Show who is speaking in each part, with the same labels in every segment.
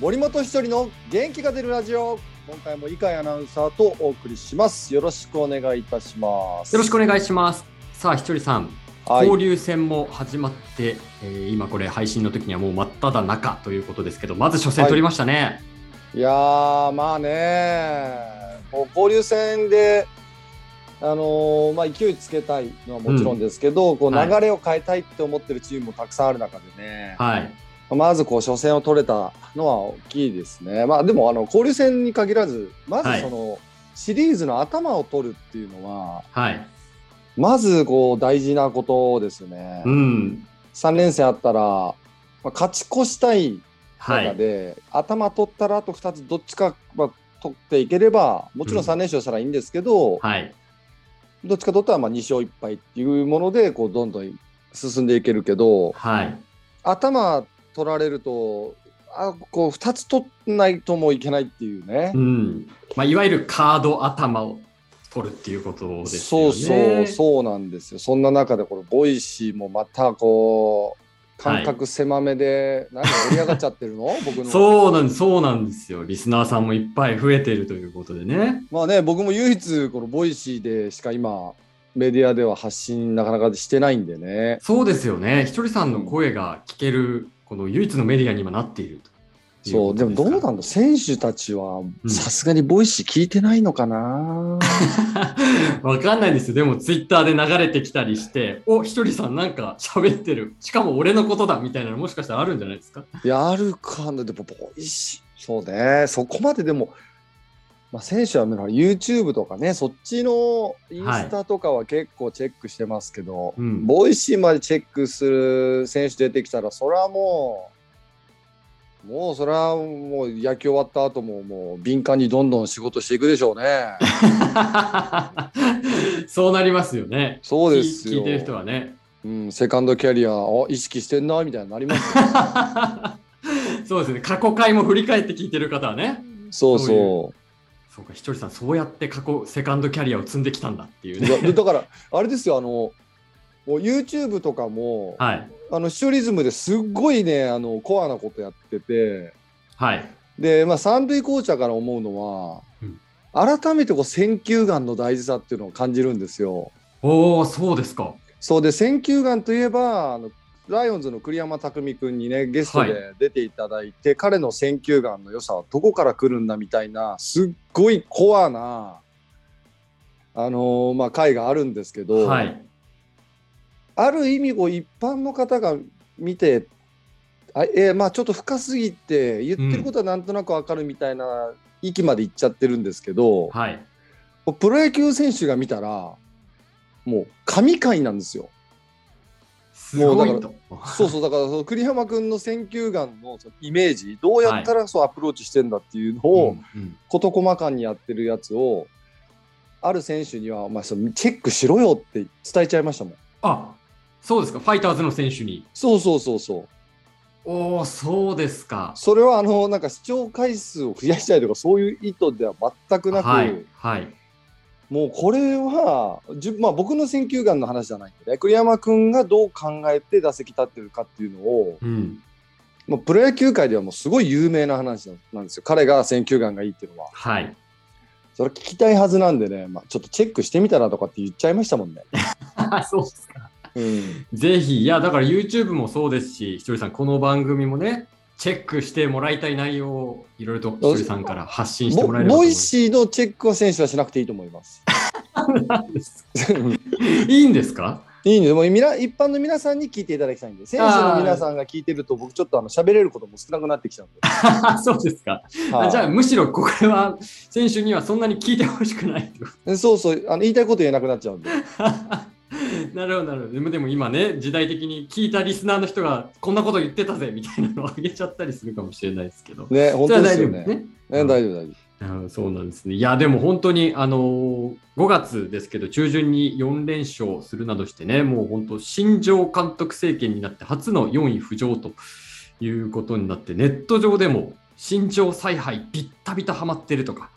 Speaker 1: 森本一人の元気が出るラジオ今回も井上アナウンサーとお送りしますよろしくお願いいたします
Speaker 2: よろしくお願いします。さあ、ひとりさん、
Speaker 1: はい
Speaker 2: 交流戦も始まって、えー今これ配信の時にはもう真っ只中ということですけど、まず初戦取りましたね。
Speaker 1: いやーまあねもう交流戦であのーまあ勢いつけたいのはもちろんですけど、こう
Speaker 2: はい
Speaker 1: 流れを変えたいって思ってるチームもたくさんある中でね、
Speaker 2: はい。
Speaker 1: まずこう初戦を取れたのは大きいですね。まあでもあの交流戦に限らずまずその、シリーズの頭を取るっていうのは
Speaker 2: はい。
Speaker 1: まずこう大事なことですよね。
Speaker 2: うん。
Speaker 1: 3連戦あったら、まあ、勝ち越したい
Speaker 2: は
Speaker 1: 中
Speaker 2: い。
Speaker 1: で、頭取ったらあと2つどっちか、まあ、取っていければもちろん
Speaker 2: うん
Speaker 1: 3連勝したらいいんですけど、
Speaker 2: はい。
Speaker 1: どっちか取ったらまあ2勝1敗っていうものでこうどんどん進んでいけるけど
Speaker 2: はい。
Speaker 1: 頭取られるとあこう2つ取らないともいけないっていうね。
Speaker 2: うん。まあ、いわゆるカード頭を取るっていうことですよ
Speaker 1: そ
Speaker 2: ね。
Speaker 1: うそうそうなんですよそんな中でこのボイシーもまたこう感覚狭め で、なんか盛り上がっちゃってるの僕の
Speaker 2: そうなんです、そうなんですよ。リスナーさんもいっぱい増えているということでね。
Speaker 1: まあね、僕も唯一、このボイシーでしか今、メディアでは発信なかなかしてないんでね。
Speaker 2: そうですよね。ひとりさんの声が聞ける、この唯一のメディアに今なっているとい
Speaker 1: そう、
Speaker 2: こと
Speaker 1: でも
Speaker 2: す
Speaker 1: ど
Speaker 2: か
Speaker 1: う
Speaker 2: ら
Speaker 1: なんだ、選手たちは
Speaker 2: う、ん
Speaker 1: さすがにボイシー聞いてないのかな
Speaker 2: わかんないですよ。でも、ツイッターで流れてきたりして、お、ひとりさんなんか喋ってる。しかも俺のことだみたいなのもしかしたらあるんじゃないですか。
Speaker 1: いや、あるかな、でもボイシー、そうね、そこまででも、まあ、選手は YouTube とかね、そっちのインスタとかは結構チェックしてますけど、
Speaker 2: うん。
Speaker 1: ボイシーまでチェックする選手出てきたら、それはもう、もうそれはもう野球終わった後も、もう敏感にどんどん仕事していくでしょう ね。
Speaker 2: そうなりますよね。
Speaker 1: そうです
Speaker 2: 聞い
Speaker 1: よ。
Speaker 2: 聞いてる人はね。
Speaker 1: うん、セカンドキャリアを意識してんなみたいになります よ。
Speaker 2: そうですね。過去回も振り返って聞いてる方はね。
Speaker 1: そうそ
Speaker 2: そうか、ひとりさん、そうやって過去、セカンドキャリアを積んできたんだっていう
Speaker 1: う。いや
Speaker 2: ね。
Speaker 1: でだから、あれですよ、あの、もう YouTube とかも、
Speaker 2: はい。
Speaker 1: あの、シュリズムですっごいね、あの、コアなことやってて、
Speaker 2: はい。
Speaker 1: で、まあ、三塁コーチャーから思うのは、
Speaker 2: うん
Speaker 1: 改めてこう選球眼の大事さっていうのを感じるんですよ。
Speaker 2: おお、そうですか。
Speaker 1: そうで選球眼といえばあのライオンズの栗山巧君にねゲストで出ていただいて、彼の選球眼の良さはどこから来るんだみたいなすっごいコアな、あのーまあ、回があるんですけど、
Speaker 2: はい。
Speaker 1: ある意味こう一般の方が見てあ、えーまあ、ちょっと深すぎて言ってることはなんとなくわかるみたいな域まで行っちゃってるんですけど、
Speaker 2: はい。
Speaker 1: プロ野球選手が見たらもう神回なんですよ。
Speaker 2: すご
Speaker 1: も
Speaker 2: いう
Speaker 1: だ
Speaker 2: と。
Speaker 1: そうそうだからその栗山君の選球眼のそのイメージどうやったらそうアプローチしてんだっていうのを
Speaker 2: うんうん
Speaker 1: 事細かにやってるやつをある選手にはお前そのチェックしろよって伝えちゃいましたもん
Speaker 2: あ、そうですか。ファイターズの選手に。
Speaker 1: そうそうそうそう
Speaker 2: おお、そうですか。
Speaker 1: それはあのなんか視聴回数を増やしたいとかそういう意図では全くなく、
Speaker 2: はい。はい。
Speaker 1: もうこれは、じゅまあ、僕の選球眼の話じゃないんでね栗山君がどう考えて打席立ってるかっていうのを
Speaker 2: うん。
Speaker 1: まあ、プロ野球界ではもうすごい有名な話なんなんですよ。彼が選球眼がいいっていうのは。
Speaker 2: はい。
Speaker 1: それ聞きたいはずなんでね、まあ、ちょっとチェックしてみたらとかって言っちゃいましたもんね。
Speaker 2: そうですか。
Speaker 1: うん、
Speaker 2: ぜひ、いや、だから YouTube もそうですし、ひとりさん、この番組もね、チェックしてもらいたい内容をいろいろとひとりさんから発信して
Speaker 1: ボ
Speaker 2: もらえればと
Speaker 1: ボ
Speaker 2: 思
Speaker 1: イ
Speaker 2: います。
Speaker 1: シーのチェックは選手はしなくていいと思い ます。
Speaker 2: なんですいいんで すか
Speaker 1: いいんですもうみな一般の皆さんに聞いていただきたいんで、選手の皆さんが聞いてると、僕ちょっとあの喋れることも少なくなってきちゃうんで。
Speaker 2: そうですか。
Speaker 1: は
Speaker 2: あ
Speaker 1: い
Speaker 2: じゃあ、むしろこれは選手にはそんなに聞いてほしくないってこと
Speaker 1: そうそうあの、言いたいこと言えなくなっちゃうんで。
Speaker 2: なるほど、なるほど。でもでも今ね、時代的に聞いたリスナーの人がこんなこと言ってたぜみたいなのをあげちゃったりするかもしれないですけど。
Speaker 1: ね、本
Speaker 2: それは
Speaker 1: 当ですよ
Speaker 2: 大丈夫で
Speaker 1: ね。
Speaker 2: すね。
Speaker 1: ね大丈夫、大丈夫。
Speaker 2: あそうなんですね。いや、でも本当に、あのー5月ですけど、中旬に4連勝するなどしてね、もう本当、新庄監督政権になって、初の4位浮上ということになって、ネット上でも、新庄采配ビッタビタハマってるとか、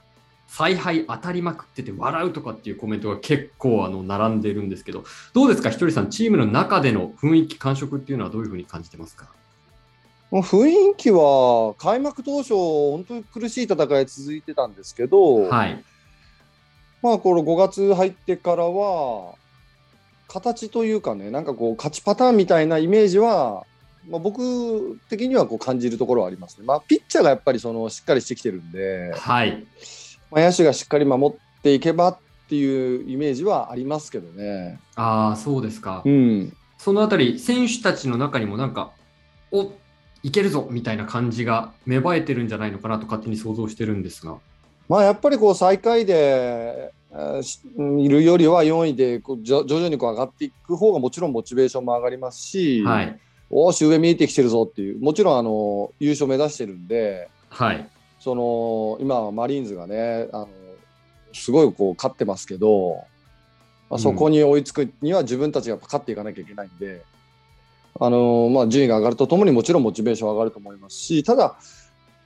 Speaker 2: 采配当たりまくってて笑うとかっていうコメントが結構あの並んでるんですけど、どうですか、ひとりさん、チームの中での雰囲気、感触っていうのはどういうふうに感じてますか
Speaker 1: もう雰囲気は開幕当初、本当に苦しい戦い続いてたんですけど、
Speaker 2: はい。
Speaker 1: まあ、この5月入ってからは、形というかね、なんかこう、勝ちパターンみたいなイメージは、まあ、僕的にはこう感じるところはありますね。まあ、ピッチャーがやっぱりそのしっかりしてきてるんで、
Speaker 2: はい。
Speaker 1: まあ、野手がしっかり守っていけばっていうイメージはありますけどね。
Speaker 2: ああ、そうですか。
Speaker 1: うん、
Speaker 2: そのあたり、選手たちの中にもなんか、おいけるぞみたいな感じが芽生えてるんじゃないのかなと勝手に想像してるんですが。
Speaker 1: まあ、やっぱりこう最下位でえーしいるよりは4位でこうじょ徐々にこう上がっていく方がもちろんモチベーションも上がりますし、
Speaker 2: はい。
Speaker 1: おーし、上見えてきてるぞっていう、もちろんあの優勝目指してるんで、
Speaker 2: はい。
Speaker 1: その今はマリーンズがねあのすごいこう勝ってますけど、ま
Speaker 2: うん
Speaker 1: あ、そこに追いつくには自分たちがやっぱ勝っていかなきゃいけないんで、あのまあ、順位が上がるとともにもちろんモチベーション上がると思いますしただ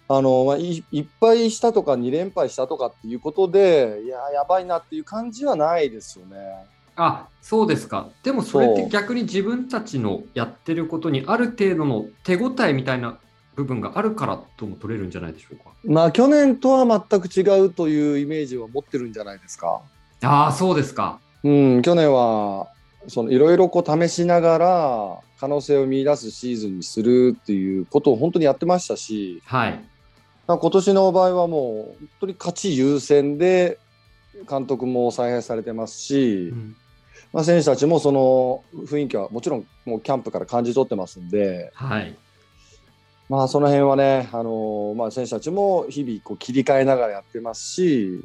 Speaker 1: あの、まあ、い1敗したとか2連敗したとかっていうことでいやーやばいなっていう感じはないですよね。
Speaker 2: あそうですか。でもそれっ
Speaker 1: そ
Speaker 2: て
Speaker 1: う
Speaker 2: 逆に自分たちのやってることにある程度の手応えみたいな部分があるからとも取れるんじゃないでしょうか。
Speaker 1: まあ、去年とは全く違うというイメージを持ってるんじゃないですか。
Speaker 2: ああ、そうですか。
Speaker 1: うん、去年はそのいろいろこう試しながら可能性を見出すシーズンにするっていうことを本当にやってましたし
Speaker 2: はい。
Speaker 1: 今年の場合はもう本当に勝ち優先で監督も采配されてますし、
Speaker 2: うん
Speaker 1: まあ、選手たちもその雰囲気はもちろんもうキャンプから感じ取ってますんで、
Speaker 2: はい。
Speaker 1: まあ、その辺はね、あのまあ、選手たちも日々こう切り替えながらやってますし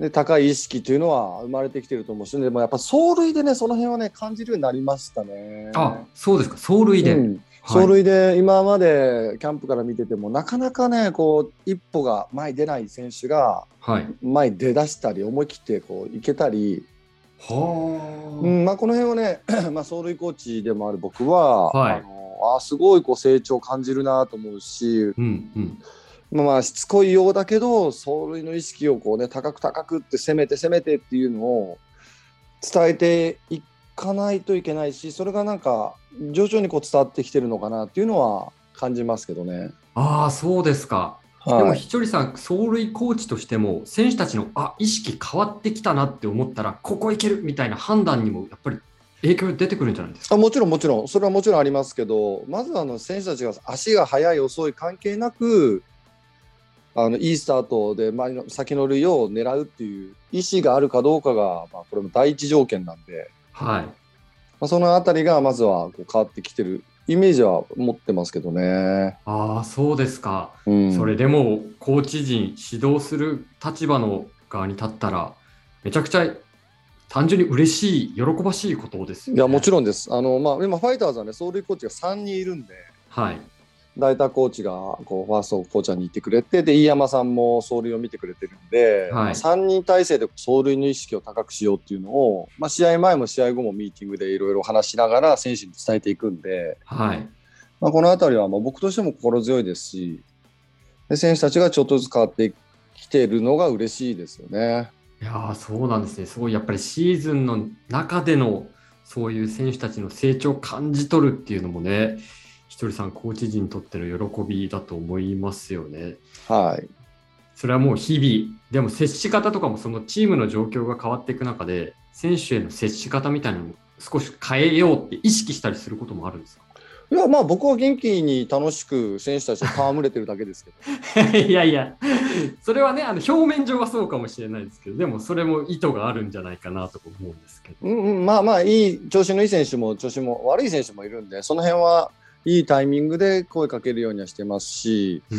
Speaker 1: で高い意識というのは生まれてきてると思うしでもやっぱ走塁でねその辺はね感じるようになりましたね。
Speaker 2: あそうですか。走塁で。
Speaker 1: うん
Speaker 2: はい
Speaker 1: 走塁で今までキャンプから見ててもなかなかねこう一歩が前に出ない選手が
Speaker 2: はい。
Speaker 1: 前に出だしたり思い切ってこういけたり、う
Speaker 2: は
Speaker 1: んまあ、この辺をね、 まあ、走塁コーチでもある僕は、
Speaker 2: はい
Speaker 1: あのあすごいこう成長を感じるなと思うし
Speaker 2: あ。うんうん。
Speaker 1: まあまあしつこいようだけど走塁の意識をこうね高く高くって攻めて攻めてっていうのを伝えていかないといけないしそれがなんか徐々にこう伝わってきてるのかなっていうのは感じますけどね。
Speaker 2: ああ、そうですか。でも、
Speaker 1: はい、
Speaker 2: ひちょりさん、走塁コーチとしても、選手たちの、あ、意識変わってきたなって思ったら、ここいけるみたいな判断にも、やっぱり影響出てくるんじゃないですか。
Speaker 1: あもちろんもちろんそれはもちろんありますけどまずはあの選手たちが足が速い遅い関係なくあのいいスタートで前の先の塁を狙うっていう意思があるかどうかが、まあ、これも第一条件なんで。
Speaker 2: はい。
Speaker 1: まあ、そのあたりがまずはこう変わってきてるイメージは持ってますけどね。
Speaker 2: ああ、そうですか。
Speaker 1: うん、
Speaker 2: それでもコーチ陣指導する立場の側に立ったらめちゃくちゃ単純に嬉しい喜ばしいことですよ、
Speaker 1: い
Speaker 2: ね。
Speaker 1: やもち
Speaker 2: ろ
Speaker 1: ろ
Speaker 2: ん
Speaker 1: んです。あのまあ、今、ファイターズはね、走塁コーチが3人いるんで、
Speaker 2: はい
Speaker 1: 大田コーチがこうファーストコーチャーに行ってくれて、で飯山さんも走塁を見てくれてるんで、
Speaker 2: はい
Speaker 1: 3人体制で走塁の意識を高くしようっていうのを、まあ、試合前も試合後もミーティングでいろいろ話しながら選手に伝えていくんで、
Speaker 2: はい
Speaker 1: まあ、このあたりはまあ僕としても心強いですし、で選手たちがちょっとずつ変わってきてるのが嬉しいですよね。
Speaker 2: いやーそうなんですねすごいやっぱりシーズンの中でのそういう選手たちの成長を感じ取るっていうのもねひとりさんコーチ陣にとっての喜びだと思いますよね。
Speaker 1: はい
Speaker 2: それはもう日々でも接し方とかもそのチームの状況が変わっていく中で選手への接し方みたいなのも少し変えようって意識したりすることもあるんですか
Speaker 1: いやまあ僕は元気に楽しく選手たちと戯れてるだけ ですけど
Speaker 2: いやいや、それはね、あの表面上はそうかもしれないですけど、でもそれも意図があるんじゃないかなと思うんですけど。
Speaker 1: うん、うん、まあまあいい調子のいい選手も調子も悪い選手もいるんでその辺はいいタイミングで声かけるようにはしてますし
Speaker 2: うん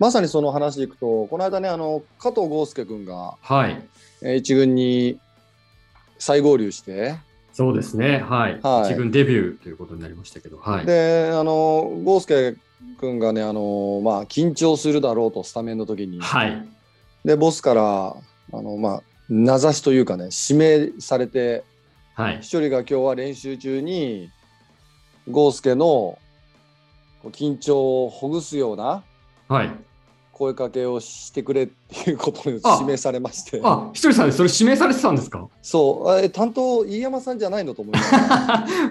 Speaker 1: まさにその話でいくとこの間ねあの加藤豪介君が
Speaker 2: はい、
Speaker 1: えー一軍に再合流して
Speaker 2: そうですね、はい、
Speaker 1: はい
Speaker 2: 一軍デビューということになりましたけど、はい、
Speaker 1: であの豪介君がねあの、まあ、緊張するだろうとスタメンの時に
Speaker 2: はい、
Speaker 1: でボスからあの、まあ、名指しというかね指名されて。
Speaker 2: はい、
Speaker 1: 一人が今日は練習中に豪介のこう緊張をほぐすような
Speaker 2: はい、
Speaker 1: 声かけをしてくれっていうことに指名されまして、
Speaker 2: あ、ひとりさん、それ指名されてたんですか
Speaker 1: そう、あえ担当、飯山さんじゃないのと思います。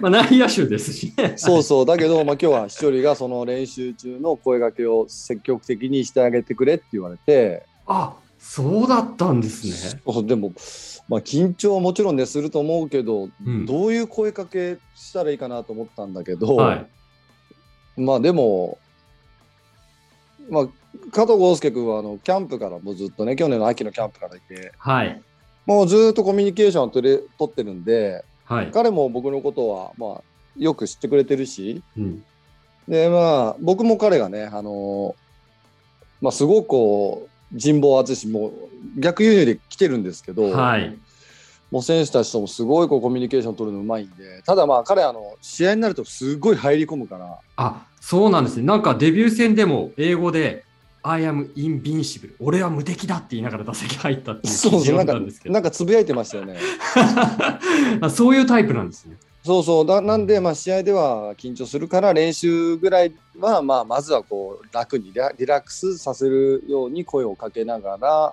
Speaker 2: まあ内野手ですしね。
Speaker 1: そうそう、だけど、まあ、今日は一人がその練習中の声掛けを積極的にしてあげてくれって言われて、
Speaker 2: あ、そうだったんですね。
Speaker 1: そうでも、まあ、緊張はもちろんね、すると思うけど、
Speaker 2: うん
Speaker 1: どういう声かけしたらいいかなと思ったんだけど、
Speaker 2: はい。
Speaker 1: まあでも、まあ、加藤豪介君はあのキャンプからもうずっとね、去年の秋のキャンプからいて、
Speaker 2: はい。
Speaker 1: もうずっとコミュニケーションを取れ取ってるんで、
Speaker 2: はい。
Speaker 1: 彼も僕のことは、まあ、よく知ってくれてるし、
Speaker 2: うん。
Speaker 1: でまあ僕も彼がねあのまあすごくこう人望厚いしもう逆輸入で来てるんですけど、
Speaker 2: はい。
Speaker 1: もう選手たちともすごいこうコミュニケーション取るのうまいんでただまあ彼あの試合になるとすごい入り込むから
Speaker 2: あ、そうなんですね。なんかデビュー戦でも英語で、I am invincible。俺は無敵だって言いながら打席入ったっていう記事
Speaker 1: な
Speaker 2: 読ん
Speaker 1: んか
Speaker 2: だんですけど
Speaker 1: な。んかつぶやいてましたよね
Speaker 2: あそういうタイプなんですね。
Speaker 1: そうそうだなんでまあ試合では緊張するから練習ぐらいはまあまずはこう楽にリラリラックスさせるように声をかけながらっ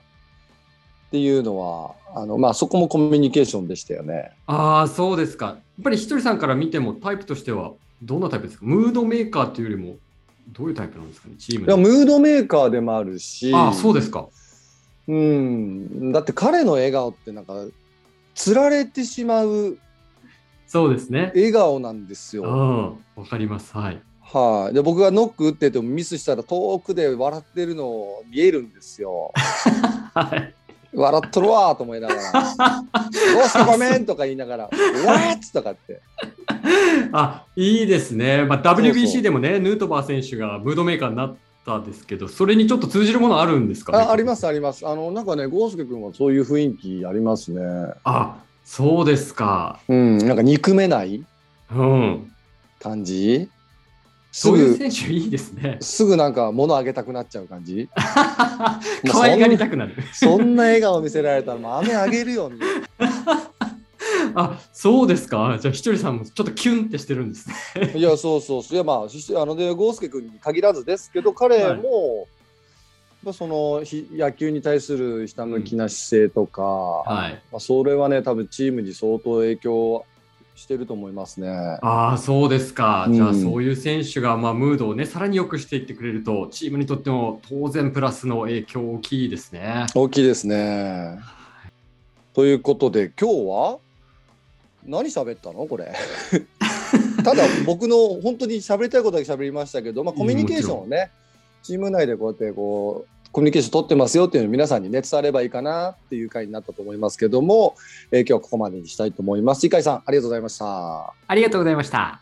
Speaker 1: ていうのはあのまあそこもコミュニケーションでしたよね。
Speaker 2: ああ、そうですか。やっぱりひとりさんから見てもタイプとしてはどんなタイプですかムードメーカーというよりもどういうタイプなんですかね、チーム
Speaker 1: いや
Speaker 2: の。
Speaker 1: ムードメーカーでもあるし
Speaker 2: ああ、そうですか。
Speaker 1: うん、だって彼の笑顔ってなんかつられてしまう
Speaker 2: そうですね。
Speaker 1: 笑顔なんです
Speaker 2: う
Speaker 1: よ。
Speaker 2: ん、わかります。はい。
Speaker 1: はい、で僕がノック打っててもミスしたら遠くで笑ってるの見えるんですよ。
Speaker 2: はい。
Speaker 1: 笑っとるわーと思いなが ら「どうしたごめん」とか言いながら「わーっ!」とかって
Speaker 2: あ、いいですね。まあ、
Speaker 1: そうそう
Speaker 2: WBC でもね、ヌートバー選手がムードメーカーになったんですけど、それにちょっと通じるものあるんですかね。
Speaker 1: あありますありますあのなんかねゴースケ君はそういう雰囲気ありますね
Speaker 2: あ、そうですか。
Speaker 1: うんなんか憎めない
Speaker 2: うん。
Speaker 1: 感じす
Speaker 2: そういう
Speaker 1: ぐ。
Speaker 2: 選手いいですね
Speaker 1: すぐなんか物あげたくなっちゃう感じ
Speaker 2: 可愛がりたくなる。
Speaker 1: そん な笑顔見せられたら、もう飴あげる よみたいな。
Speaker 2: あ、そうですか。じゃあ、ひとりさんもちょっとキュンってしてるんですね。
Speaker 1: いや、そうそうそう。いや、まあ、そしてあので、ゴースケ君に限らずですけど、彼も、まあそのひ野球に対するひたむきな姿勢とか、
Speaker 2: はい。
Speaker 1: まあ、それはね、多分チームに相当影響してると思いますね。
Speaker 2: ああ、そうですか。
Speaker 1: うん
Speaker 2: じゃあ、そういう選手が、まあ、ムードをね、さらに良くしていってくれると、チームにとっても当然プラスの影響大きいですね。
Speaker 1: 大きいですね。ということで、今日は何喋ったのこれ。ただ、僕の本当に喋りたいことだけ喋りましたけど、まあ、コミュニケーションをね、チーム内でこうやってこう、コミュニケーション取ってますよっていうのを皆さんにね、伝わればいいかなっていう回になったと思いますけども、えー今日はここまでにしたいと思います。井海さん、ありがとうございました。
Speaker 2: ありがとうございました。